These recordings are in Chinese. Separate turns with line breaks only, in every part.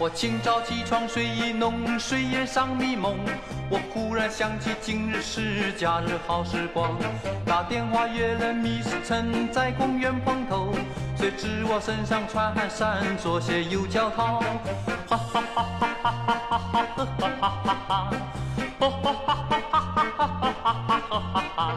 我清早起床睡意浓，睡眼尚迷蒙。我忽然想起今日是假日好时光，打电话约了米思晨在公园碰头。谁知我身上穿汗衫，左鞋右脚套，哈哈哈哈哈哈哈哈哈哈哈哈，哈哈哈哈哈哈哈哈哈哈哈，哈哈哈哈。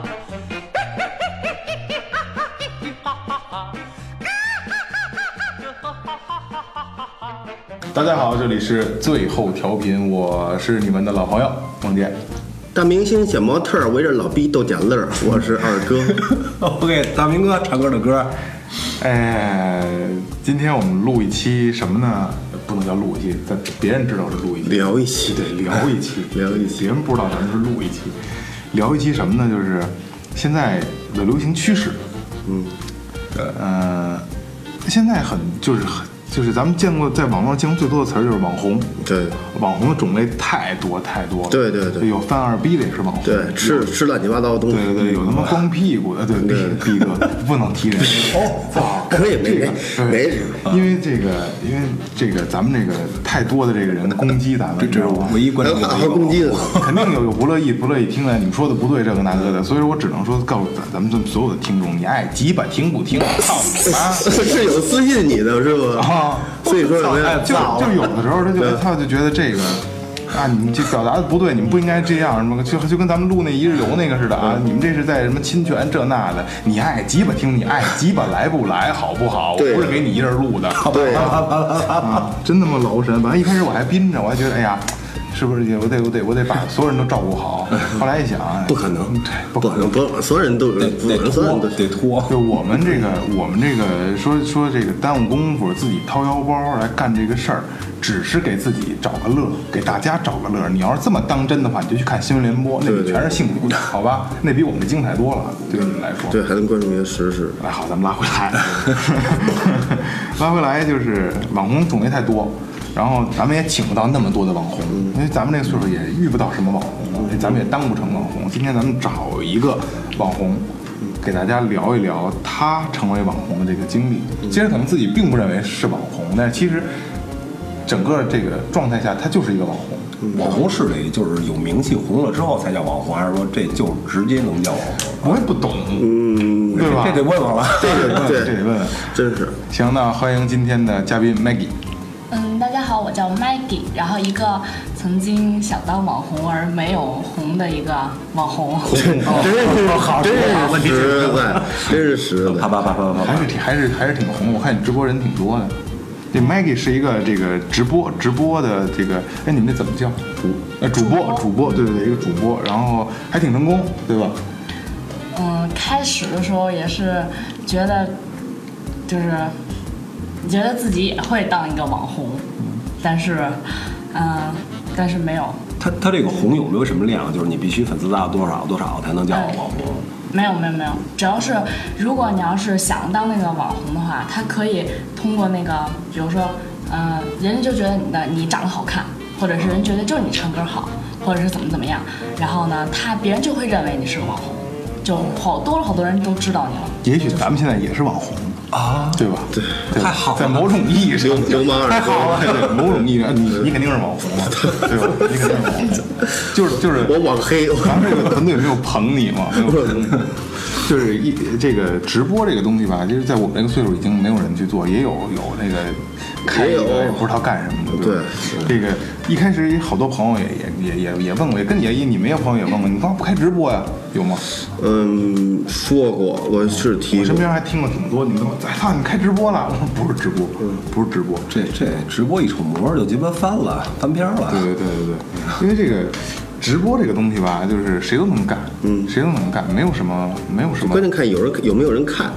大家好，这里是最后调频，我是你们的老朋友孟杰。
大明星小模特儿围着老逼逗点乐儿，我是二哥。
我给大明哥唱歌的歌，
哎，今天我们录一期什么呢？不能叫录一期，但别人知道是录一期，
聊一期
对，聊一期，
聊一期
别人不知道咱们是录一期，聊一期什么呢？就是现在的流行趋势，嗯，呃，现在很就是很就是咱们见过在网络上见过最多的词儿就是网红，
对
网红的种类太多太多了，
对对对
有犯二逼的也是网红，
对，吃吃乱七八糟的东西。
对对对，有他妈光屁股的，对逼逼哥不能提人。 哦，操，
可以没
这个
没没
对因为这个，因为这个，咱们这个太多的这个人攻击咱们，这
这是我唯一关
还有
注的
打
一
会
个
儿攻击的，
肯定有有不乐意不乐意听的，你们说的不对，这个那个的，所以说我只能说告诉咱咱们所有的听众，你爱鸡巴听不听，操你妈！
是有私信你的是吧
啊？
所 以说啊什么呀？
就就有的时候他就他就觉得这个。啊，你们这表达的不对，你们不应该这样，什么就就跟咱们录那一日游那个似的啊，你们这是在什么侵权这那的，你爱鸡巴听，你爱鸡巴来不来，好不好？我
对
不是给你一人录的，
对
啊，真他妈劳神！完一开始我还憋着，我还觉得哎呀，是不是我得我得我得把所有人都照顾好。后来一想，哎
不可能
对，不
不
可
可
能
能，。不，所有人都有，
得得
所有人
拖
都，
得拖。
对我们这个，我们这个说说这个耽误功夫，自己掏腰包来干这个事儿，只是给自己找个乐，给大家找个乐。你要是这么当真的话，你就去看新闻联播，那
对
里
对
全是幸福 的，好吧？那比我们精彩多了，对你们来说。
对，还能关注一些时事。
来，哎好，咱们拉回来， 拉回来就是网红种类太多，然后咱们也请不到那么多的网红，因为咱们这个岁数也遇不到什么网红了，咱们也当不成网红。今天咱们找一个网红，给大家聊一聊他成为网红的这个经历。其实可能自己并不认为是网红，但是其实整个这个状态下，他就是一个网红。
嗯
网红是得就是有名气红了之后才叫网红，还是说这就直接能叫网红？
我也不懂，嗯，对吧？
这得问问了。
这个
这
对，
得问问。
真是
行，那欢迎今天的嘉宾 Maggie。
嗯，大家好，我叫 Maggie，然后一个曾经想当网红而没有红的一个网红。
真是
好
真
好
是
问题
实在，真是实在
啪。啪啪啪啪
还
哎
啪！
是挺还是还是挺红的，我看你直播人挺多的。这 Maggie 是一个这个直播直播的这个，哎，你们这怎么叫主呃主播主播对对对，一个主播，然后还挺成功，对吧？
嗯，开始的时候也是觉得，就是觉得自己也会当一个网红，但是，嗯、但是没有，
他他这个红有没有什么量？就是你必须粉丝达到多少多少才能叫网红？
没有没有没有，只要是如果你要是想当那个网红的话，他可以通过那个，比如说，嗯、人家就觉得你的你长得好看，或者是人觉得就是你唱歌好，或者是怎么怎么样，然后呢，他别人就会认为你是网红，就好多好多人都知道你了。
也许咱们现在也是网红啊，对吧？对，
太好了
在某种意义上
流，流 氓二
太好了，对，某种意义上，你你肯定是网红嘛，对吧？你肯定是网红，就是就是
我网黑，我
咱们这个团队没有捧你嘛，没有捧你，就是一这个直播这个东西吧，就是在我们这个岁数已经没有人去做，也有有那个开一
也有
个也不知道干什么的。吧这个一开始好多朋友也也也也也问过，也跟你也你们也朋友也问过，你干嘛不开直播呀？有吗？
嗯说过，我是提
我
过
身。边还听过挺多，你们都哎操，你开直播了？我说不是直播，不是直播，
这这直播一出模就鸡巴翻了，翻篇了。
对对对对对，因为这个直播这个东西吧，就是谁都能干，嗯，谁都能干，没有什么没有什么
关，键看有人有没有人看，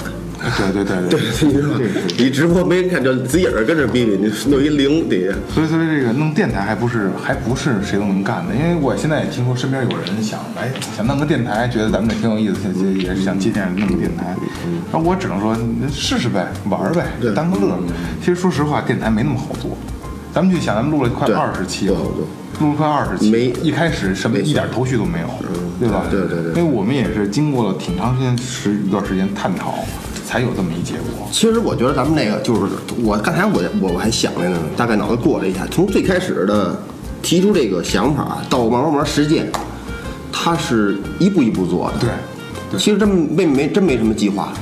对对对对，
你知道吗
这个是？
你直播没人看，就自己儿跟着逼逼，你弄一零底下，
所以说这个弄电台还不是还不是谁都能干的，因为我现在也听说身边有人想哎想弄个电台，觉得咱们这挺有意思，
嗯
也也是想借鉴弄个电台。那我只能说试试呗，玩儿呗，当个乐儿。其实说实话，电台没那么好做。咱们去想，咱们录了快
对
二十期了
不好做，
录了快二十期，
没嗯
一开始什么一点头绪都没有，对吧？
对对对
因为我们也是经过了挺长时间时一段时间探讨，才有这么一结果。
其实我觉得咱们这个就是我刚才我我我还想着呢，大概脑子过了一下，从最开始的提出这个想法到慢慢慢慢实践，它是一步一步做的。
对，
其实真没没真没什么计划。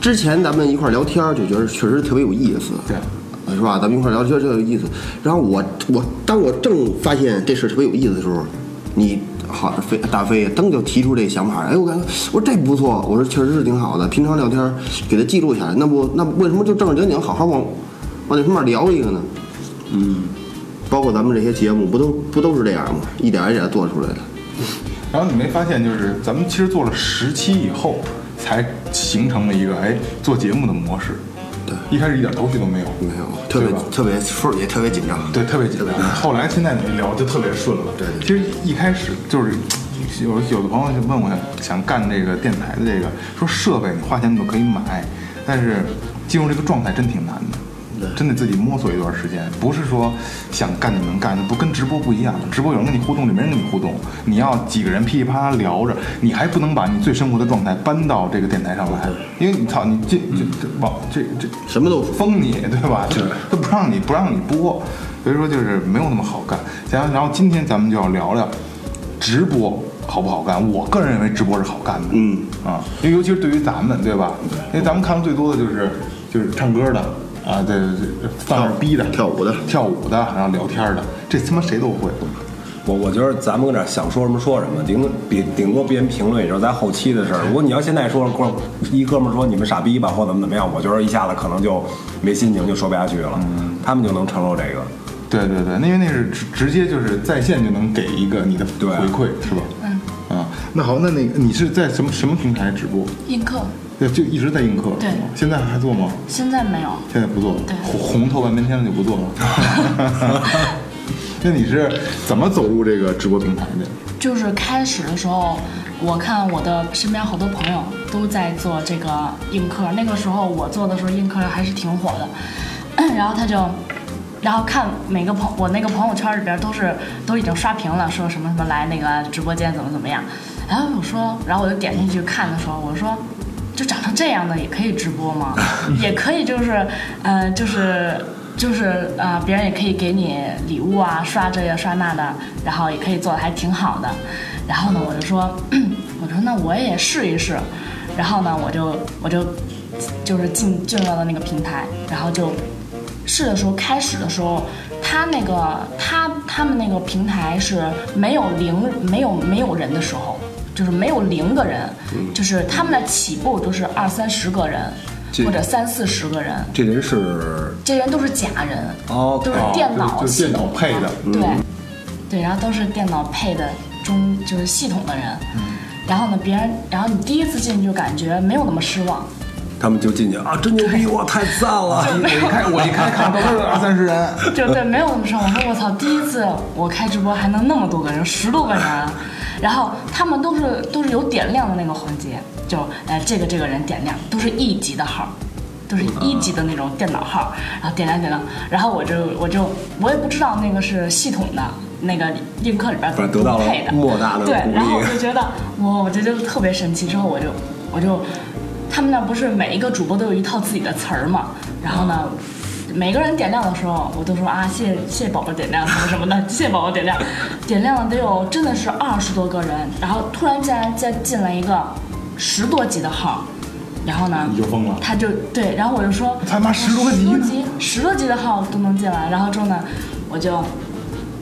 之前咱们一块儿聊天儿就觉得确实特别有意思，
对，
是吧？咱们一块儿聊天儿特别有意思。然后我我当我正发现这事儿特别有意思的时候，你好飞大飞噔就提出这想法，哎，我感觉我说这不错，我说确实是挺好的。平常聊天儿给他记录下来，那不那为什么就正儿正经好好往往那方面聊一个呢？嗯，包括咱们这些节目不都不都是这样吗？一点儿一点儿做出来的。
然后你没发现，就是咱们其实做了十期以后，才形成了一个哎做节目的模式。
对，
一开始一点头绪都没有，
没有，特别
对吧
特别顺，也特别紧张。
对，特别简单。后来现在你聊就特别顺了。
对对
其实一开始就是有有的朋友就问我想干这个电台的这个，说设备你花钱都可以买，但是进入这个状态真挺难的，真得自己摸索一段时间。不是说想干就能干，不跟直播不一样。直播有人跟你互动，就没人跟你互动。你要几个人噼里啪啦聊着，你还不能把你最生活的状态搬到这个电台上来，因为你操你这这这往这这
什么都
封你，对吧？对，他不让你不让你播，所以说就是没有那么好干。然后然后今天咱们就要聊聊直播好不好干？我个人认为直播是好干的，嗯啊，因为尤其是对于咱们，对吧？因为咱们看的最多的就是就是唱歌的啊，对对对，放着逼的，
跳舞的
跳舞的，然后聊天的，这他妈谁都会。
我我觉得咱们搁这儿想说什么说什么，顶多顶顶多别人评论也就是咱后期的事儿。如果你要现在说哥一哥们儿说你们傻逼吧，或怎么怎么样，我觉得一下子可能就没心情，就说不下去了。
嗯
他们就能承受这个。
对对对，那因为那是直直接就是在线就能给一个你的
对
回馈，是吧？
嗯
啊，那好，那那个你是在什么什么平台直播？
映客
对，就一直在映客，
对
是吗现在还做吗？
现在没有，
现在不做了
对，
红红透半边天了就不做了。那你是怎么走入这个直播平台的？
就是开始的时候，我看我的身边好多朋友都在做这个映客，那个时候我做的时候映客还是挺火的， 然后他就。然后看每个朋我那个朋友圈里边都是都已经刷屏了，说什么什么来那个直播间怎么怎么样，然后我说，然后我就点进去看的时候，我说，就长成这样的也可以直播吗？也可以就是，呃，就是就是呃，别人也可以给你礼物啊，刷这个刷那的，然后也可以做的还挺好的。然后呢，我就说， 我说那我也试一试。然后呢，我就我就就是进进入到了那个平台，然后就试的时候，开始的时候，他那个他他们那个平台是没有零没有没有人的时候，就是没有零个人，
嗯
就是他们的起步都是二三十个人
这
或者三四十个人，
这人是
这人都是假人，
哦
都是电脑
就就
系
电脑
统
配的嗯
对，对，然后都是电脑配的中就是系统的人，
嗯
然后呢，别人，然后你第一次进去就感觉没有那么失望，
他们就进去啊，真牛逼，哇，太赞了！
我一开我一开看都是二三十人，
就对，没有那么上。我说我操，第一次我开直播还能那么多个人，十多个人，啊然后他们都是都是有点亮的那个环节，就呃这个这个人点亮，都是一级的号。都是一级的那种电脑号，然后点亮点亮，然后我就我就我也不知道那个是系统的那个映客里边
反正得到了
配的，
莫大的
对
鼓，励
然后我就觉得我我就觉得特别神奇，之后我就我就他们那不是每一个主播都有一套自己的词儿嘛，然后呢。每个人点亮的时候，我都说啊，谢谢谢谢宝宝点亮什么什么的，谢谢宝宝点亮，点亮了得有真的是二十多个人，然后突然间再进来一个十多级的号，然后呢，
你就疯了
他就对，然后我就说，
他妈十多级
十多
呢
级，十多级的号都能进来，然后之后呢，我就，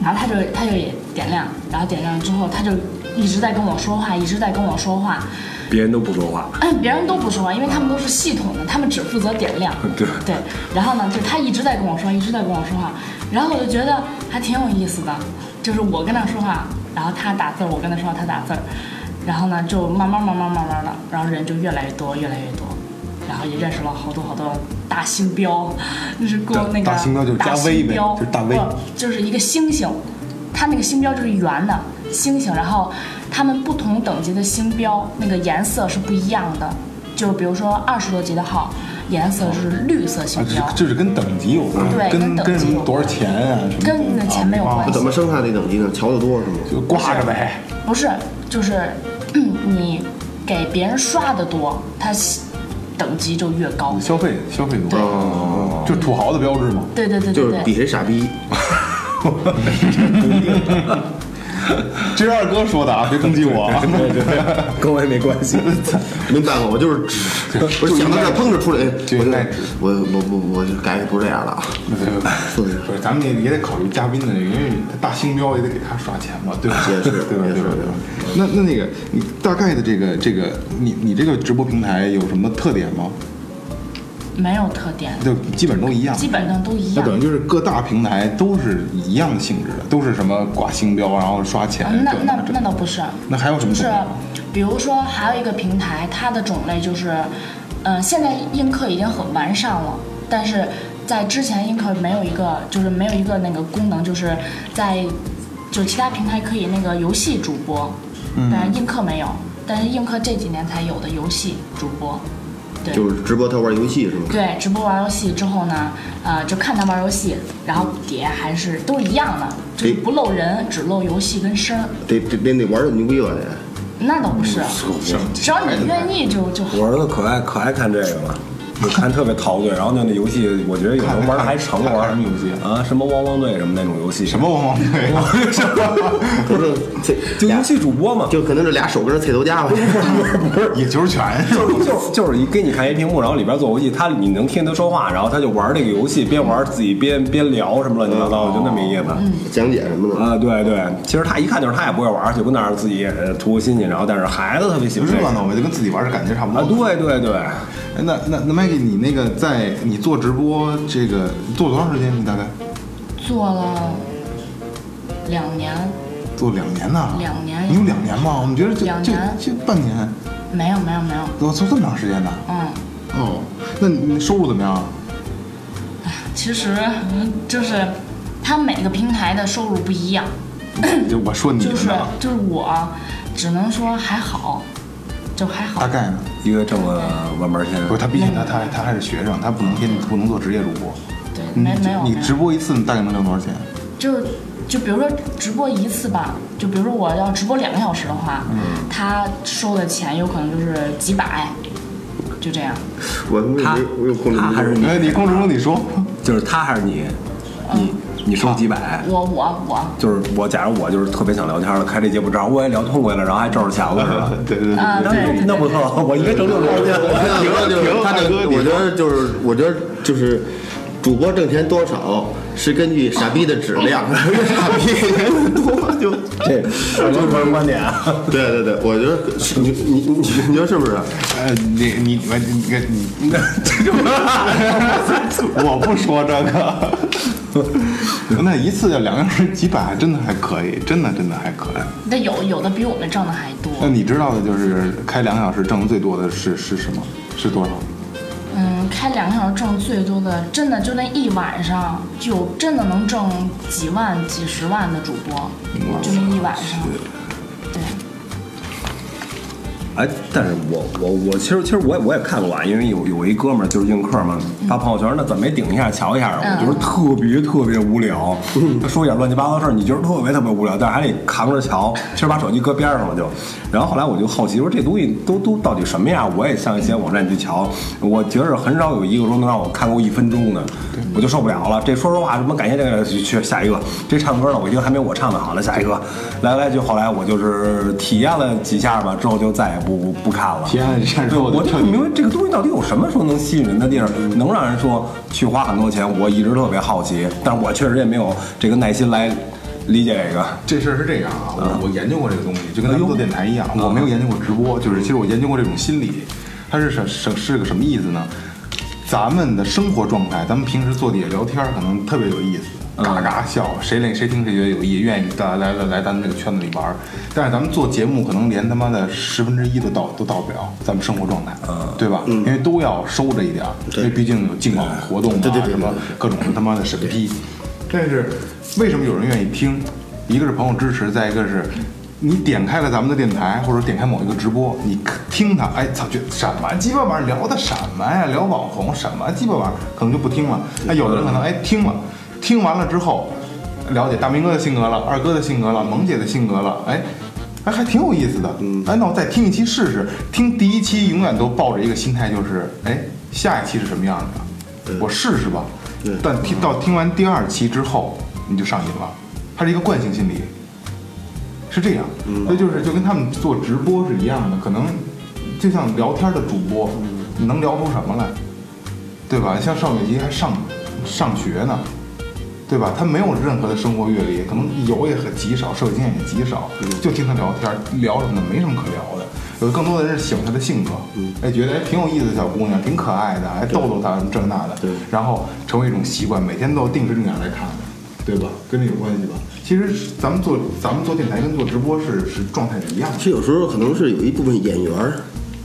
然后他就他就也点亮，然后点亮之后，他就一直在跟我说话，一直在跟我说话，
别人都不说话，
哎，别人都不说，因为他们都是系统的，他们只负责点亮。
对
对，然后呢，就他一直在跟我说，一直在跟我说话，然后我就觉得还挺有意思的，就是我跟他说话，然后他打字儿，我跟他说话，他打字儿，然后呢，就慢慢慢慢慢慢的，然后人就越来越多，越来越多。然后也认识了好多好多大星标， 就是给我那个
大星标就是加
大
V 呗
星标嗯
就是大 V
不就是一个星星，它那个星标就是圆的星星，然后它们不同等级的星标那个颜色是不一样的，就比如说二十多级的号，颜色是绿色
啊
星标，
就是就是跟等级有关，
对
跟
跟等级
什
有关
么多少钱啊，什么
跟那钱没有关
啊
系
怎么生下这等级呢？瞧得多是吗？
就挂着呗。
不是就是你给别人刷的多，它等级就越高
你。消费消费多，
对
嗯就土豪的标志嘛。
对对对
就
对
是比谁
对，
傻逼。
这是二哥说的啊，别攻击我啊。
跟我也没关 系。
没办法，我 就是指，我是想到这碰着出来，哎
就应
我就
该指
我我我我就感觉不是这样了 啊。
不是，不是，咱们也也得考虑嘉宾的这个，因为他大星标也得给他刷钱嘛，对吧？
也是
对吧？
也是
对吧？对吧？那那那个，你大概的这个这个，你你这个直播平台有什么特点吗？
没有特点，
就基本都一样。
基本上都一
那
样。
等于就是各大平台都是一样性质的，都是什么挂星标，然后刷钱
啊，。那
对吧
那那倒不是，
那还有什么
就
特
是啊
点？
比如说还有一个平台，它的种类就是，嗯、现在映客已经很完善了，但是在之前映客没有一个，就是没有一个那个功能，就是在就是其他平台可以那个游戏主播，但是映客没有，但是映客这几年才有的游戏主播，对。
就是直播他玩游戏是吗？
对，直播玩游戏之后呢，呃，就看他玩游戏，然后底下还是都一样的，就是不露人，只露游戏跟声儿。
得得得得玩的牛逼了 得。
那倒不嗯是，只要你愿意就就好。
我儿子可爱可爱看这个了。就看特别陶醉，然后就那游戏，我觉得有人玩的还成
看
玩
看什么游 戏
啊？什么汪汪队什么那种游戏？
什么汪汪队？
不是，这
就
俩
游戏主播嘛？
就可能是俩手跟着菜头夹 吧。
野球拳是吧？
就是就是就是一给你看一屏幕，然后里边做游戏，他你能听他说话，然后他就玩这个游戏，边玩自己边边聊什么乱七八糟的，就那么一意思。
讲解什么的。
啊，对对，其实他一看就是他也不会玩，就跟那儿自己呃图个新鲜，然后但是孩子特别喜欢这
热
个
闹呗，就跟自己玩的感觉差不多。
啊，对对对，
哎那那那 Maggie，你那个在你做直播这个做多长时间？你大概
做了两年，
做两年呢？
两年
你有两年吗？我们觉得就
两
就
年
就半年，
没有没有没有，
我做这么长时间呢？
嗯，
哦，那你收入怎么样？
其实嗯就是它每个平台的收入不一样，
就我说你的
就是
呢，
就是我只能说还好，就还好
大。概呢？
一个挣个万八千，
不是他，毕竟他他他还是学生，他不能天不能做职业主播。
对，
你
没没有
你
没有
直播一次，你大概能挣多少钱？
就是就比如说直播一次吧，就比如说我要直播两个小时的话，
嗯
他收的钱有可能就是几百，就这样。
我他
他
妈也没我有控制
他
不
还是
住。
你
哎，，你控制住，你说，
就是他还是你，你你收几百。
我我我
就是我，假如我就是特别想聊天了，开这节目，正好我也聊痛快了，然后还挣着钱了，是 吧？
对对对，
啊，对对对
那不错，我一个挣六百块钱。
停了停了，他这
大哥
个，
你
我觉得就是，我觉得就是，主播挣钱多少是根据傻逼的质量，傻逼多就
这这不是观点啊。
对对对，我觉得是你你你你说是不是？
呃，你你你你你，我不说这个。那一次要两个小时几百，真的还可以，真的真的还可以。
那有有的比我们挣的还多。
那你知道的就是开两个小时挣的最多的是是什么？是多少？
嗯，开两个小时挣最多的，真的就那一晚上，有真的能挣几万、几十万的主播，就那一晚上。对，
哎，但是我我我其实其实我也我也看过啊，因为有有一哥们儿就是映客嘛，发朋友圈，那怎么也顶一下瞧一下，啊我觉得特别特别无聊。他说一点乱七八糟的事儿，你觉得特别特别无聊，但是还得扛着瞧。其实把手机搁边上了就。然后后来我就好奇说这东西都都到底什么样？我也上一些网站去瞧，我觉着很少有一个说能让我看够一分钟的，我就受不了了。这说实话，什么感谢这个去去下一个，这唱歌呢，我一听还没我唱的好呢，下一个。来来就后来我就是体验了几下吧，之后就再也不不不看了。
体验了一下之后
对我
就
就
彻
不
底
明白这个东西到底有什么说能吸引人的地儿，能让人说去花很多钱。我一直特别好奇，但是我确实也没有这个耐心来理解这个。
这事儿是这样啊，
嗯
我我研究过这个东西，就跟咱们做电台一样，我没有研究过直播，就是其实我研究过这种心理，它是什什是个什么意思呢？咱们的生活状态，咱们平时坐底下聊天，可能特别有意思，
嗯
嘎嘎笑，谁来谁听谁觉得有意，义，愿意大家来来来咱们这个圈子里玩儿。但是咱们做节目，可能连他妈的十分之一都到都到不了，咱们生活状态，
嗯
对吧？因为都要收着一点儿，因为毕竟有竞广活动啊，
对对对对
什么各种他妈的审批。但是为什么有人愿意听？一个是朋友支持，再一个是你点开了咱们的电台，或者点开某一个直播，你听他，哎操，觉得什么鸡巴玩意儿聊的什么呀？聊网红什么鸡巴玩意儿，可能就不听了。那有的人可能哎听了，听完了之后了解大明哥的性格了，二哥的性格了，萌姐的性格了，哎。哎，还挺有意思的。嗯，哎，那我再听一期试试。听第一期永远都抱着一个心态，就是哎，下一期是什么样的？我试试吧。但听到听完第二期之后，你就上瘾了，它是一个惯性心理，是这样。所以就是就跟他们做直播是一样的，可能就像聊天的主播，你能聊出什么来，对吧？像邵美琪还上上学呢，对吧？他没有任何的生活阅历，可能有也很极少，社会经验也极少，就听他聊天，聊什么的没什么可聊的。有更多的人是喜欢他的性格，
嗯
哎，觉得哎挺有意思的小姑娘，挺可爱的，哎逗逗她这那的，然后成为一种习惯，每天都定时定点来看的，对吧？跟这有关系吧？其实咱们做咱们做电台跟做直播是是状态是一样的，
这有时候可能是有一部分演员儿，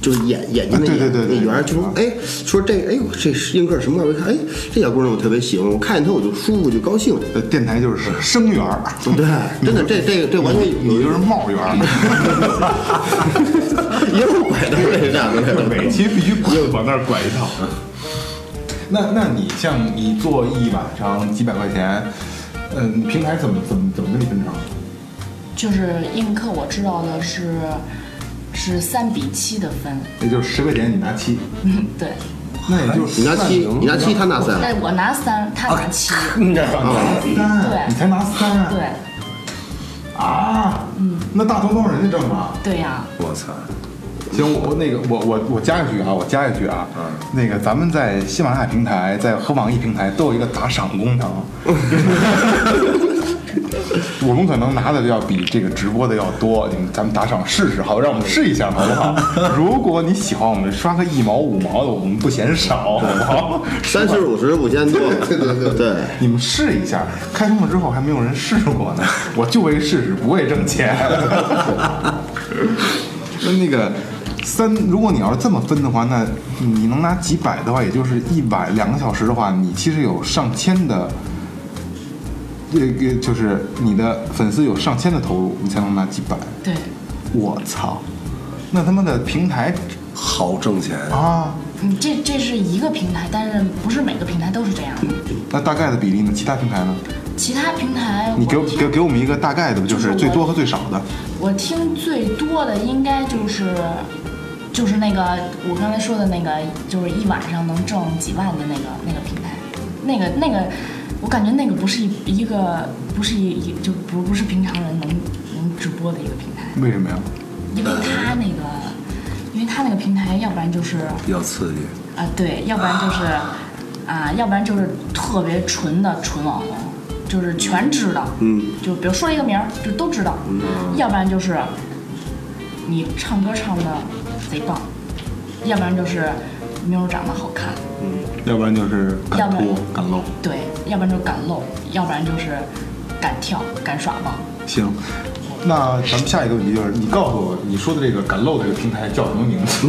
就是眼眼睛那
啊对
眼
对对对
那圆儿，就说
啊
哎，说这哎呦这映客什么样？我一看哎，这小姑娘我特别喜欢，我看见她我就舒服就高兴。
呃，电台就是生源儿，
对，真的这这个这完全有
你就是帽源 儿，
也有拐到这上面
就每
了。
期必须往那儿拐一套。那那你像你做一晚上几百块钱，嗯，平台怎么怎么怎么跟你分成？
就是映客我知道的是是三比七的分，
也就是十块钱你拿七，
对，
那也就是
你拿七，你拿七，他拿三，
但我拿三，他拿七，
啊你拿三，
对
你才拿三，
对
啊，嗯，那大头都是人家挣啊。
对呀、
我操，
行，我我那个我我我加一句啊，我加一句啊，嗯，那个咱们在喜马拉雅平台，在和网易平台都有一个打赏功能， 我们可能拿的要比这个直播的要多，你们咱们打赏试试，好，让我们试一下，好不好？ 如果你喜欢我们，刷个一毛五毛的，我们不嫌少，好不好？
三十五十五千多。对对对对，
你们试一下，开通了之后还没有人试过呢， 我就为试试，不为挣 钱。那那个三，如果你要是这么分的话，那你能拿几百的话，也就是一百两个小时的话，你其实有上千的，这个就是你的粉丝有上千的投入，你才能拿几百。
对，
我操，那他妈的平台
好挣钱
啊！
嗯，这这是一个平台，但是不是每个平台都是这样的。
那大概的比例呢？其他平台呢？
其他平台
你给我
我听
给给我们一个大概的吧，就是最多和最少的。
我听最多的应该就是就是那个我刚才说的那个，就是一晚上能挣几万的那个那个平台，那个那个，我感觉那个不是一一个不是一一就不不是平常人能能直播的一个平台，
为什么呀？
因为他那个。因为他那个平台，要不然就是啊、
比较刺激。
对，要不然就是啊、要不然就是特别纯的纯网红，就是全知道，
嗯，
就比如说一个名儿，就都知道。要不然就是你唱歌唱的贼棒，要不然就是妞儿长得好看，
要不然就是
要
敢
不然
脱敢露。
对，要不然就敢露，要不然就是敢跳敢耍棒。
行，那咱们下一个问题就是，你告诉我你说的这个敢露这个平台叫什么名 字？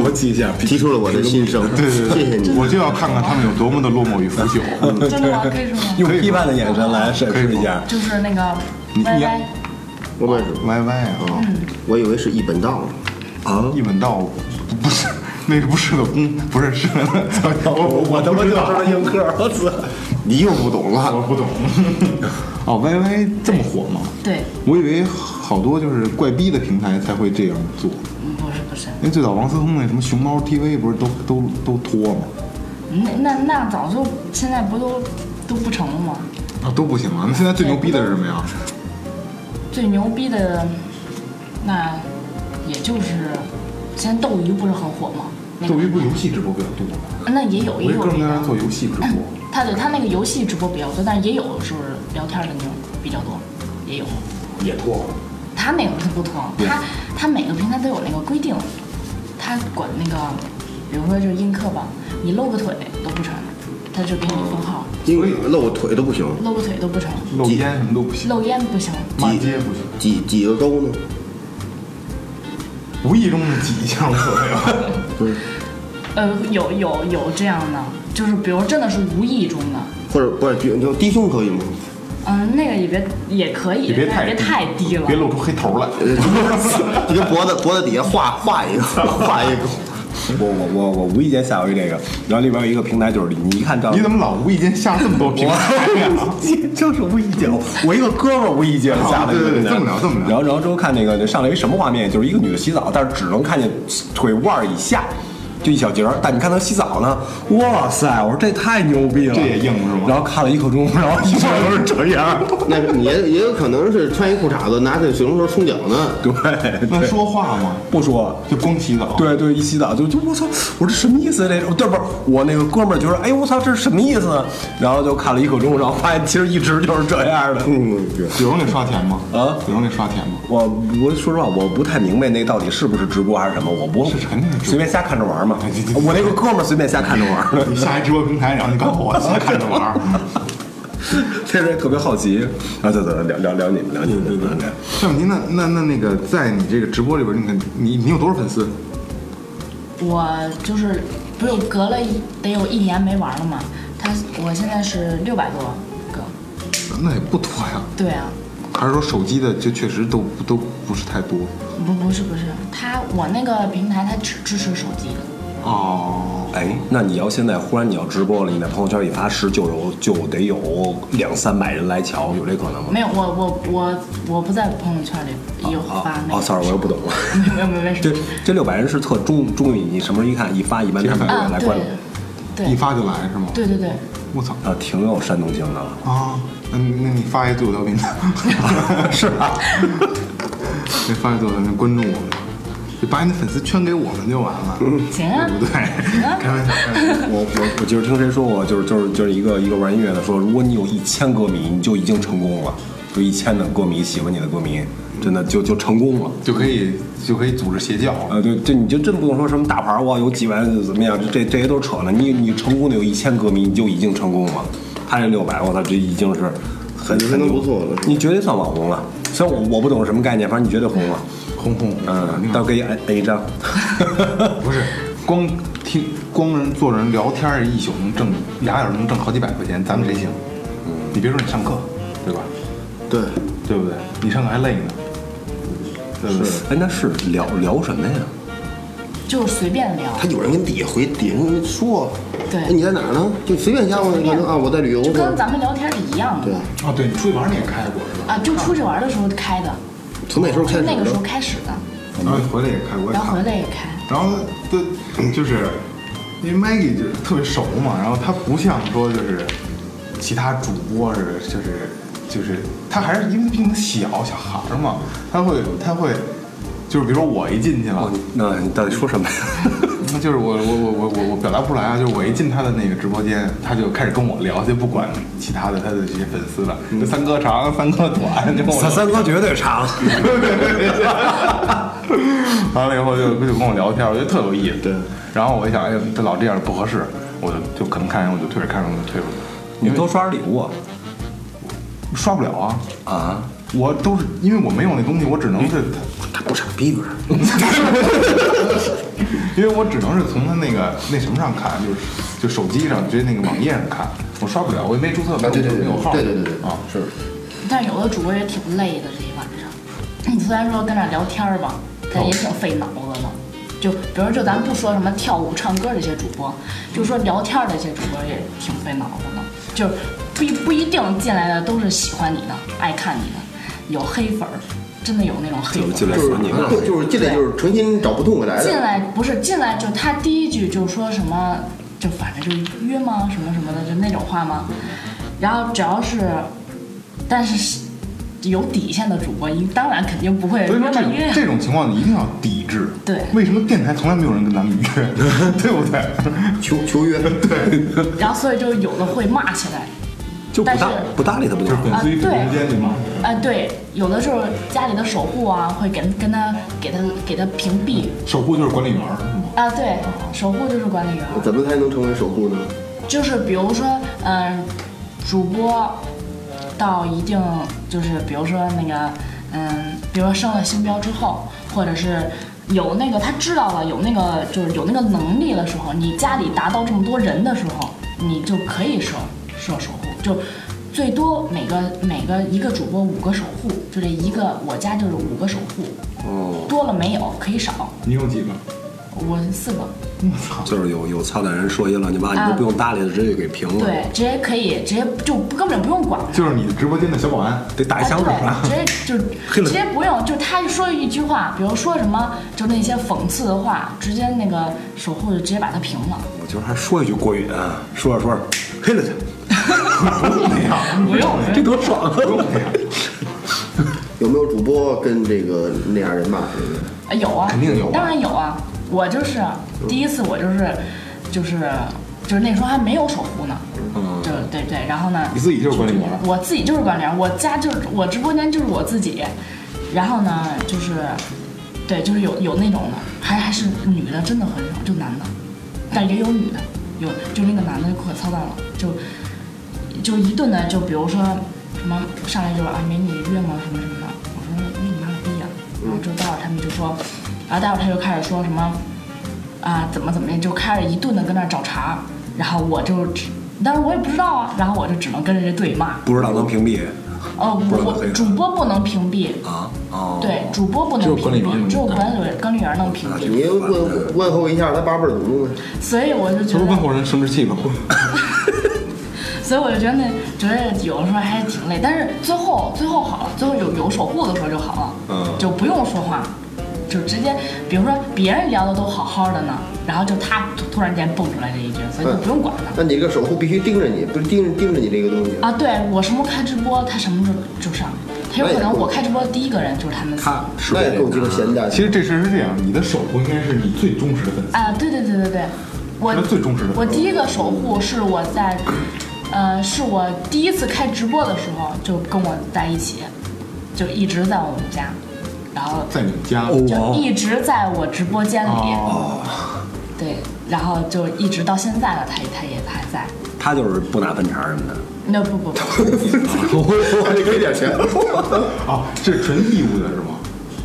我记一下，
提出了我的心声。
对对对，
谢谢你。
我就要看看他们有多么的落寞与腐朽。
真的吗？可以说吗？
用批判的眼神来审视一下。
就是那个
你
歪
你
歪，
我们是
歪歪啊，
啊，我以为是一本道呢。啊，
一吻到不是。 那个不是个公，不是是，我
我他妈就知道
英
映客，我操！
你又不懂
我
了。
不懂。 哦，Y Y 这么火吗？
对，
我以为好多就是怪逼的平台才会这样做，
嗯不是不是，
因为最早王思聪那什么熊猫 TV 不是都都都脱吗？
那嗯那那早就现在不都都不成了吗？
啊，都不行了。那现在最牛逼的是什么呀？
最牛逼的那也就是现在斗鱼不是很火吗？那个
斗鱼不是游戏直播比较多吗？
那也有
我
也
一
有
哥们
那
儿在
个
那 做游戏直播，
他对他那个游戏直播比较多，但是也有是聊天的那种比较多，也有。
也脱。
他那个他不同，他他每个平台都有那个规定，他管那个，比如说就是映客吧，你露个腿都不成，他就给你封号，
因为露腿都不行，
露个腿都不成，
露烟什么都不行，
露烟不行，
骂街不行，
几几个勾呢？
无意中的挤一下无所谓吧。
呃，有有有这样的，就是比如真的是无意中的，
或者不是低，你说低胸可 以吗？
嗯、那个也别也可以，
也别
但
太
是别太低了，
别露出黑头来。
你这脖子脖子底下画画一个，画一个，
我我我我无意间下回这个，然后里边有一个平台就是你一看照
你
片
怎。么老无意间下这么多平台呀？
就是无意间，我一个哥们儿无意间下的一个
对对对
人
这么聊这么聊
然后然后之后看那个上来一什么画面，就是一个女的洗澡，但是只能看见腿腕儿以下。就一小截儿，但你看她洗澡呢，哇塞！我说这太牛逼了，
这也硬是吗
然后看了一刻钟，然后一直都是这样。
那也也有可能是穿一裤衩子，拿着水龙头冲脚呢。
对，
那
对
说话吗？
不说了。
就光洗澡。，
对对，一洗澡就就我操，我这什么意思？这对不是我那个哥们儿觉得，哎我操，这是什么意思呢？然后就看了一刻钟，然后发现其实一直就是这样的。
嗯，
有人给刷钱吗？
啊
有人给刷钱吗？
我我说实话，我不太明白那到底是不是直播还是什么，我不
是肯定是直播
随便瞎看着玩嘛
对对。对
我那个哥们儿随便瞎看着玩儿，
你下一直播平台，然后你告诉我，先看着玩儿。
这人特别好奇。啊，对对，对聊聊聊你们，聊你们，对对
这问题，那那那那个，在你这个直播里边，你看你你有多少粉丝？
我就是不是隔了一得有一年没玩了嘛？他我现在是六百多个，
那也不多呀。
对啊，
还是说手机的就确实都都不是太多？
不不是不是，他我那个平台他只支持手机的，
哦，
哎，那你要现在忽然你要直播了，你在朋友圈里发十就有就得有两三百人来瞧，有这可能吗？
没有我我我我不在朋友圈里有嗯发
啊
那个。
哦，sorry，我又不懂了。
没有没有没有没
这
事。
这六百人是特忠忠于你，什么时候一看一发，一般他们就
啊
来关注。
对，
一
对
发就来是吗？，
对对对，
我操
啊，挺有煽动性的了。
啊！那那你发一最有调 频的， 是啊，你发一最有调频，关注我们，就把你的粉丝圈给我们就完了，
行啊
对不对？开玩笑，开玩笑。
我我我就是听谁说过，就是就是就是一个一个玩音乐的说，如果你有一千歌迷，你就已经成功了，就一千的歌迷喜欢你的歌迷，真的就就成功了。
就可以就可以组织邪教了。
啊，对，就你就真不用说什么大牌儿哇，有几万怎么样，这这些都是扯了。你你成功的有一千歌迷，你就已经成功了。他这六百，我操，这已经是很
已经
很
不错了
你绝对算网红了。虽然我我不懂什么概念，反正你绝对红了。
红红，
嗯，到给你摁摁一张。
呃不是光听光人坐人聊天儿一宿能挣俩小时能挣好几百块钱，咱们谁行？你别说你上课，对吧？
对，
对不对？你上课还累呢，对不对？
哎，那 是聊聊什么呀？
就随便聊，
他有人跟底下回底下人说，
对
哎你在哪儿呢？就随便加我，
随
可
便
能啊，我在旅游
就
或
跟
者
咱们聊天是一样的
对，
哦，对你出去玩儿你也开过是吧？
啊，就出去玩的时候开的，
从那时候开
就
始
那个时
的。
候开始的，
然后啊回来也开，我也
然后回
看。
来也开，
然后对，就是因为 Maggie 就是特别熟嘛，然后她不像说就是其他主播似的，就是就是她还是因为毕竟她小小孩儿嘛，她会她会就是比如说我一进去了
哦，，那你到底说什么呀？
就是我我我我我我表达不出来啊！就是我一进他的那个直播间，他就开始跟我聊，就不管其他的他的这些粉丝了，就三哥长，三哥短，就跟我
三三哥绝对长。
完了以后就就跟我聊天，我觉得特有意思。对，然后我一想，哎呦，这老这样不合适，我就就可能看见我就退了，看见我就退了，
你们都刷点礼物啊
刷不了啊！
啊？
我都是因为我没有那东西，我只能是，
他不傻逼不是？
因为我只能是从他那个那什么上看，就是就手机上，直接那个网页上看，我刷不了，我也没注册，没有
啊对对对
没有号，
对对对对对
啊，是。
但是有的主播也挺累的，这一晚上，你虽然说跟那儿聊天儿吧，
哦
但也挺费脑子的。就比如，就咱不说什么跳舞、唱歌这些主播，就说聊天儿这些主播也挺费脑子的。就是不一不一定进来的都是喜欢你的、爱看你的，有黑粉儿，真的有那种黑
就
粉
就
儿。
来
就是
烦你们。
对就是进来就是重新找不痛快来
进
的。
来不是进来就他第一句就说什么，就反正就约吗什么什么的，就那种话吗？然后只要是，但是是有底线的主播，你当然肯定不会
所以
跟
说这
他
种
约呀
这。种情况你一定要抵制。
对
为什么电台从来没有人跟咱们 约，对不对？
求求约， 对，
然后所以就有的会骂起来，
就不搭
但是
不搭理他不就
就是
好
粉
了？
丝与粉
啊
丝之
对
间对吗？
啊、对，有的时候家里的守护啊会给跟他给他给他屏蔽
守护就是管理员儿是吗？
啊、对，守护就是管理员。啊
怎么才能成为守护呢？
就是比如说，嗯、主播到一定就是比如说那个，嗯、比如说升了星标之后，或者是有那个他知道了有那个就是有那个能力的时候，你家里达到这么多人的时候，你就可以设设守护，就最多每个每个一个主播五个守护，就这一个我家就是五个守护，
哦，
多了没有可以少。
你有几个？
我是四个，
就是有有操蛋人说一乱七八，你都不用搭理他，直接就给评了。
对，直接可以直接就不根本就不用管了。
就是你直播间的小保安。
得打一枪子儿
啊
啊！
对，直接 就直接不用，就他说一句话，比如说什么，就那些讽刺的话，直接那个守护就直接把他平了，
我觉得还说一句过瘾啊，说着说着，黑了他，
不用。
这多爽啊！
有没有主播跟这个那样人骂谁的？
啊有啊，
肯定有啊
当然有啊。我就是第一次，我就是就是就是那时候还没有守护呢，
嗯
就对对，然后呢，
你自己就是管理员了
我自己就是管理员，我家就是我直播间就是我自己，然后呢就是对，就是有有那种的，还还是女的，真的很少，就男的，但也有女的，有就那个男的就可操蛋了，就就一顿的，就比如说什么上来就啊美女约吗什么什么的，我说约你妈个逼啊！然
嗯
后就待会儿他们就说，然后待会儿他就开始说什么啊怎么怎么样，就开始一顿的跟那儿找茬儿，然后我就只，但是我也不知道啊，然后我就只能跟着这对骂，
不知道能屏蔽
哦，
不是
我
很
我
黑的
主播不能屏蔽，
啊？哦，
对，主播不
只有
能屏
管理员能
蔽，只有管理管理员能屏蔽，
你又问问候一下他八辈儿祖宗呗。
所以我就
这
觉
不是。
得
问候人生殖器吗？
所以我就觉得那觉得有的时候还挺累，但是最后最后好了，最后有有守护的时候就好了，
嗯
就不用说话，就直接，比如说别人聊的都好好的呢，然后就他突突然间蹦出来这一句，所以就不用管了。
那你这个守护必须盯着你，不是盯着盯着你这个东西。
啊，对我什么时候开直播，他什么时候就上，他有可能我开直播的第一个人就是他们四个。
他是
那也够鸡巴
个
闲的。
其实这事儿是这样，你的守护应该是你最忠实的粉丝。
啊，对对对对对，我
那最忠实的朋
我
友
第一个守护是我在，呃，是我第一次开直播的时候就跟我在一起，就一直在我们家，然后
在你们家，
就
哦，
一直在我直播间里，
哦，
对，然后就一直到现在了，他也他也还在。
他就是不拿分茬什么的。
那不 不不，
我得给点钱。
哦，这是纯义务的是吗？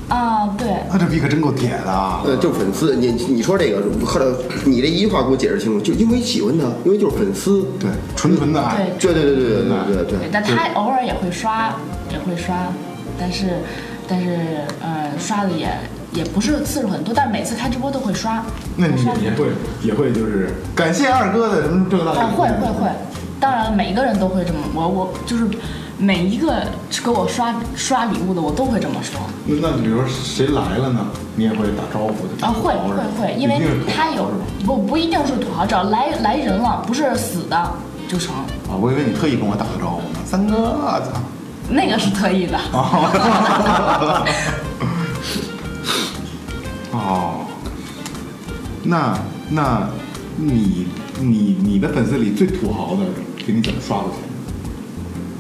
啊，对，
那这逼可真够铁的啊！
呃，就是粉丝，你你说这个，后来你这一句话给我解释清楚，就因为喜欢他，因为就是粉丝。
对，纯纯的爱
对。
对对对对对对对对
对，但他偶尔也会刷，也会刷，但是但是呃，刷的也也不是次数很多，但每次开直播都会刷。
那你
刷的
也会也会就是感谢二哥的什么这个那个
啊，会会会，当然每个人都会这么，我我就是每一个给我刷刷礼物的，我都会这么说
那那比如说谁来了呢，你也会打招呼的
啊，会会会，因为他有不不一定是土豪，只要来来人了，不是死的就成，
啊，我以为你特意跟我打个招呼呢，三哥，啊我操！
那个是特意的。
哦， 哦，那那你你你的粉丝里最土豪的，给你怎么刷过去？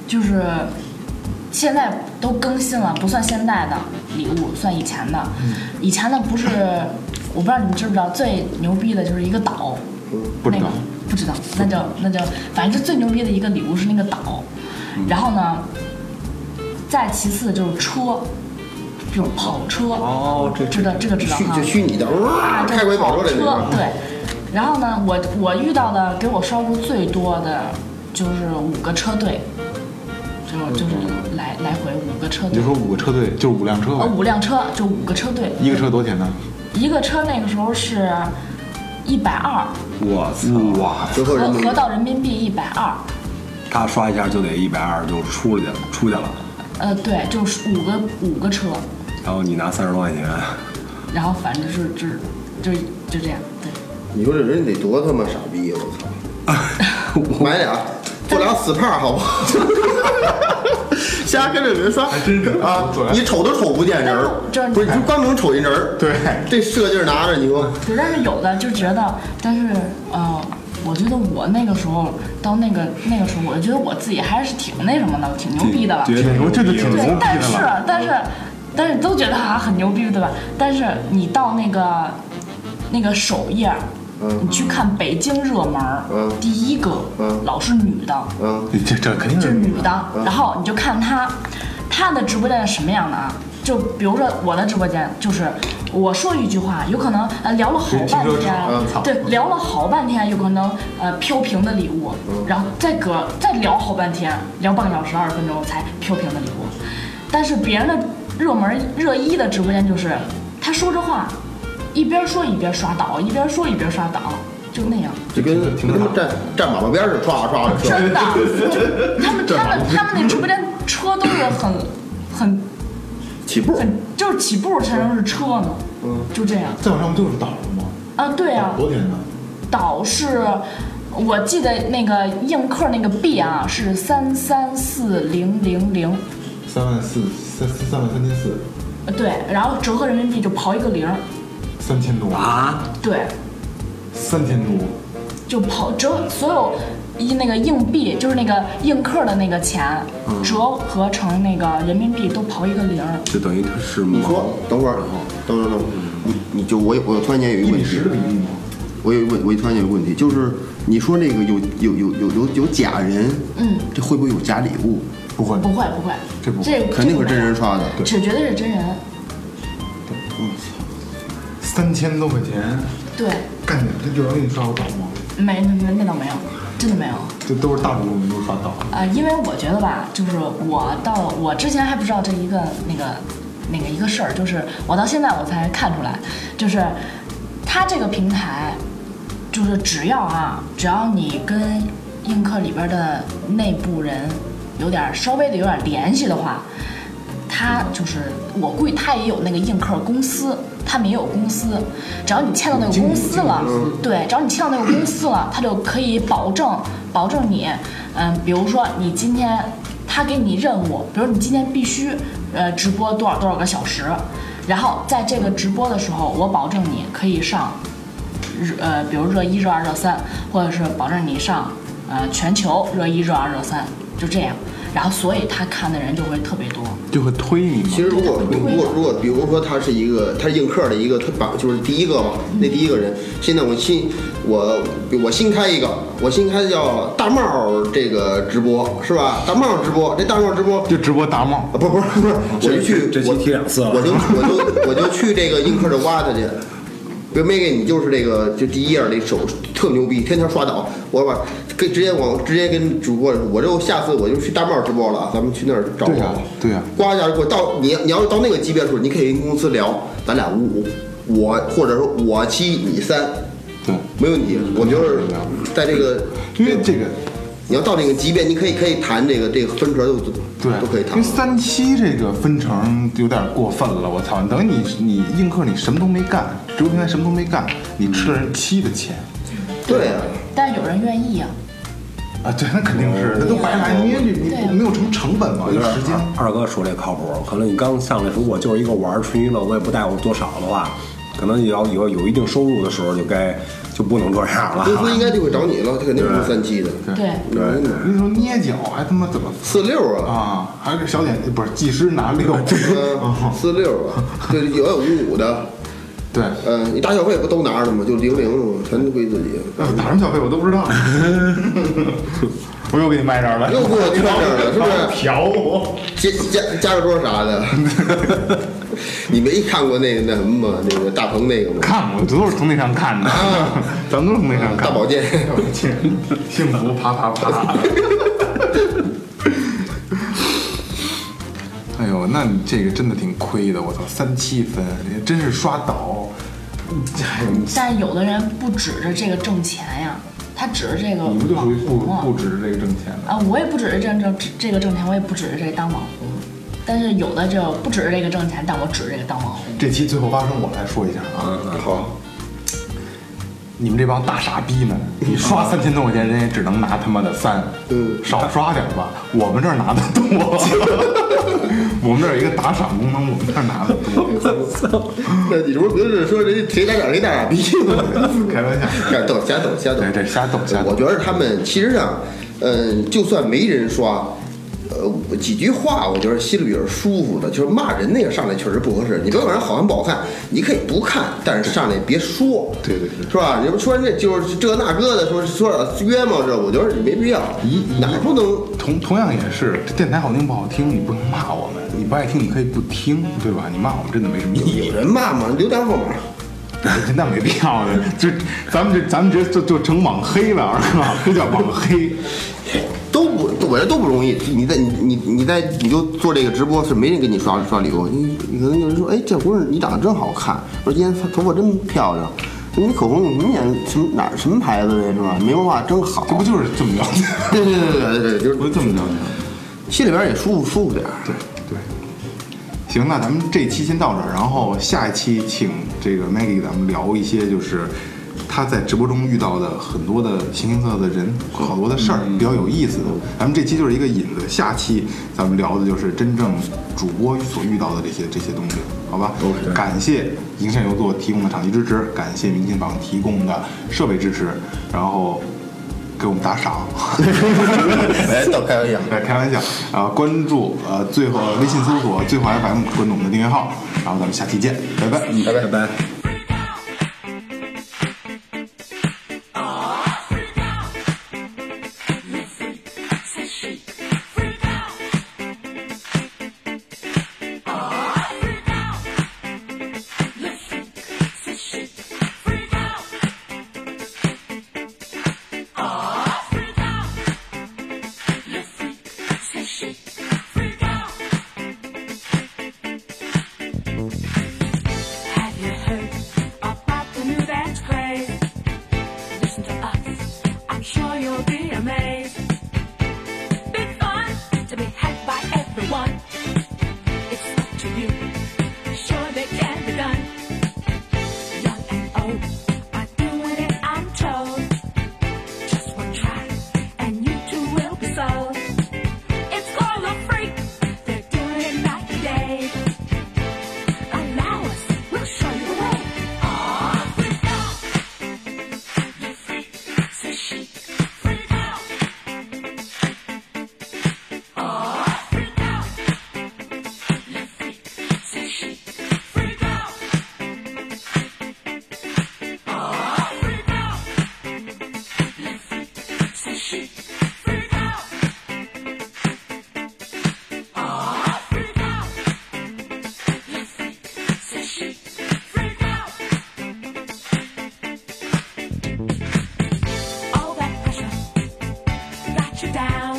就是现在都更新了，不算现在的礼物，算以前的。以前的不是，我不知道你们知不知道，最牛逼的就是一个岛，
不知
那
道
个，不知道，那就那就，反正最牛逼的一个礼物是那个岛，然后呢，再其次就是车，这种跑车，
哦这
知道这个知道
虚
哈
就，虚拟的，
啊，
哇，
就
开
是
关保
跑
罗这
车
个，，
对。然后呢，我我遇到的给我刷过最多的就是五个车队，就就是来来回五个车
你
队
就，说五个车队，就是五辆车
呃，
哦
呗，
五辆车就五个车队，
一个车多少钱呢？
一个车那个时候是一百二，
我操！哇，
最后
合
人
合到人民币一百二，
他刷一下就得一百二就出去了，出去了。
呃，对，就是五个五个车，
然后你拿三十多块钱，
然后反正就是就是就是就这样，对。
你说这人得多他妈傻逼呀！我操， 买俩，做俩死胖好不好？瞎跟着人刷，还
真是
啊
做！俩
你瞅都瞅不见人儿
这，
不是，你就光能瞅见人儿。
对哎
这射劲儿拿着，你说
对，但是有的就觉得，但是呃，我觉得我那个时候到那个那个时候，我就觉得我自己还是挺那什么的，挺牛逼的了。
觉得
我这就挺牛
对，
逼
但是
的了。
但是但是都觉得啊很牛逼，对吧？但是你到那个那个首页，你去看北京热门儿，
嗯
第一个、
嗯
老是女的，
啊，
这这肯定
就是是女的，
的，
然后你就看她，她的直播间是什么样的啊？就比如说我的直播间，就是我说一句话，有可能呃聊了好半
直接
天
嗯操，
对，聊了好半天，有可能呃飘屏的礼物，然后再隔再聊好半天，聊半个小时二十分钟才飘屏的礼物。但是别人的热门热一的直播间就是，他说着话，一边说一边刷倒，一边说一边刷倒，就那样。
就跟
挺
跟他
好
们站站马路边儿似的，啊唰唰的
真
车。
的，就他们他们他们那直播间车都是很很
起步，
很就是起步才能是车呢，就这样
再往上不就是倒了吗？
啊，对啊，
昨天呢，
岛是，我记得那个映客那个币啊是三三四零零零，
三万四三三万三千四，
呃对，然后折合人民币就刨一个零儿，
三千多，
啊，
对，
三千多，
就刨折所有一那个硬币就是那个映客的那个钱，折合成那个人民币都刨一个零儿，
就等于他是
你
你
说等会儿，等等等，
嗯
你你就我有我突然间有一个
一
问
比
题
十，的比例吗？
我有一个问我突然间有一个问题，就是你说那个有有有有有有假人，
嗯，
这会不会有假礼物？
不会，
不会不会，
这不
这
肯定是真人，刷的。
这绝对是真人，
三千多块钱，
对，
干你这有人给你刷过倒吗？
没没那倒没有，真的没有。
这都是大主播没有刷到，
啊，因为我觉得吧，就是我到我之前还不知道这一个那个那个一个事儿，就是我到现在我才看出来，就是它这个平台，就是只要啊，只要你跟映客里边的内部人有点儿稍微的有点儿联系的话，他就是我估计他也有那个映客公司，他们也有公司，只要你签到那个公司了，对，只要你签到那个公司了，他就可以保证保证你，嗯、比如说你今天他给你任务，比如你今天必须呃直播多少多少个小时，然后在这个直播的时候，我保证你可以上热呃，比如热一、热二、热三，或者是保证你上呃全球热一、热二、热三，就这样。然后，所以他看的人就会特别多。
就会推你嘛
其。实如果如果如果比如说他是一个他是映客的一个他把就是第一个嘛，那第一个人，现在我新我我新开一个，我新开叫大帽儿这个直播是吧？大帽儿直播，这大帽儿直播
就直播达帽
啊，，不不是不是，我就去
哦这期
我
提两次了
我就我就我就去这个映客这挖他去。比如 Megan，你就是这个就第一页那手特牛逼，天天刷倒，我把跟直接我直接跟主播，我就下次我就去大帽直播了啊，咱们去那儿找我。
对呀对
啊
呀
呱一下给我到你你要是到那个级别的时候，你可以跟公司聊，咱俩五五，我或者说我七你三，
对，
没问题。我觉得
嗯
在这个
因为这个
你要到那个级别，你可以可以谈这个这个分成都
对
都可以
因
谈
为。三期这个分成有点过分了，我操！等于你你映客你什么都没干，直播平台什么都没干，你吃了人期的钱
对啊
啊
呀、
但有人愿意啊，
嗯
啊！对，那肯定是，那都白
哦
来，因为你
对啊
你没有什么成本嘛，
我觉
啊
就
得
时间。
二二哥说这靠谱，可能你刚上来，如果就是一个玩儿纯娱乐，我也不带我多少的话，可能也要以后有一定收入的时候，就该就不能这样了。
公司应该就会找你了，他肯定不是三期的，
对，
对，
那时候捏脚还他妈怎么
四六啊，
啊？还是小姐不是技师拿六，
嗯，四六啊，对，有有五五的，
对，
呃，你打小费不都拿着吗？就零零了吗？全都归自己。
呃打什么小费我都不知 道。 我又给你卖这儿了，
又给我圈这儿 了，是不
嫖我。
是？加加加个桌啥的。 你没看过那个那什么吗？那个大鹏那个吗？
看过，都是从那上看的，咱们都是从那上看的。
大保健，
幸福啪啪啪。 哎呦，那你这个真的挺亏的，我操，三七分，真是刷倒。哎呦，
但有的人不指着这个挣钱呀，他指着这个
你不就
网
属于不
红啊
不值这个挣钱的？
啊，我也不指着这挣这个挣钱，我也不指着这个当网红。但是有的就不指着这个挣钱，但我指着这个当网红。
这期最后发生我来说一下啊，
嗯
好，
你们这帮大傻逼们，你刷三千多块钱，人也只能拿他妈的三，
嗯
少刷点吧。我们这儿拿的 多，我们这儿有一个打赏功能，我们这儿拿的多，
那你这不是说人家谁打脸谁打傻逼吗？
开玩笑。
瞎逗，瞎逗，瞎逗，
对对瞎逗瞎逗
我觉得他们其实上，嗯，就算没人刷，呃，几句话，我觉得心里边舒服的。就是骂人那个上来确实不合适。你别管人好看不好看，你可以不看，但是上来别说，
对对对
是吧？你们说这就是这那个的，说说冤枉这，我觉得没必要
一，
哪儿不能
同同样也是，这电台好听不好听，你不能骂我们，你不爱听你可以不听，对吧？你骂我们真的没什么意义
有，人骂吗？留电话号码。
那没必要的。就咱们这咱们这就就成网黑了，是吧？这叫网黑。
都不，我觉得都不容易。你在你你你在你就做这个直播，是没人给你刷刷礼物，你你可能有人说，哎，这姑娘你长得真好看，说今天头发真漂亮，你口红你眼什么哪儿什么牌子的是吧？没文化真好，
这不就是这么着？
对对对对对对，就是
不是这么着的。
心里边也舒服舒服点儿。
对对。行，那咱们这期先到这儿，然后下一期请这个 Maggie 咱们聊一些就是她在直播中遇到的很多的形形色色的人，好多的事儿，比较有意思的。咱们这期就是一个引子，下期咱们聊的就是真正主播所遇到的这些这些东西，好吧？感谢银善游作提供的场地支持，感谢明信坊提供的设备支持，然后给我们打赏。
哎，都开玩笑。
对，开玩笑啊！关注呃，最后微信搜索“最后 FM”，关注我们的订阅号，然后咱们下期见，拜拜。
拜拜拜。
Have you heard about the new dance craze? Listen to us, I'm sure you'll be amazed. Big fun to be had by everyone. It's up to you, sure they can be done. Young and old are doing it, I'm told. Just one try, and you too will be sold. It's called a freak, they're doing it night and day. Allow us, we'll show you the way. Off we go. The freak, says she. Freak out. Off we go. The freak, says she. Freak out. Off we go. The freak, says she. Freak out. Off we go. Freak out! All that pressure got you down. Oh, Oh,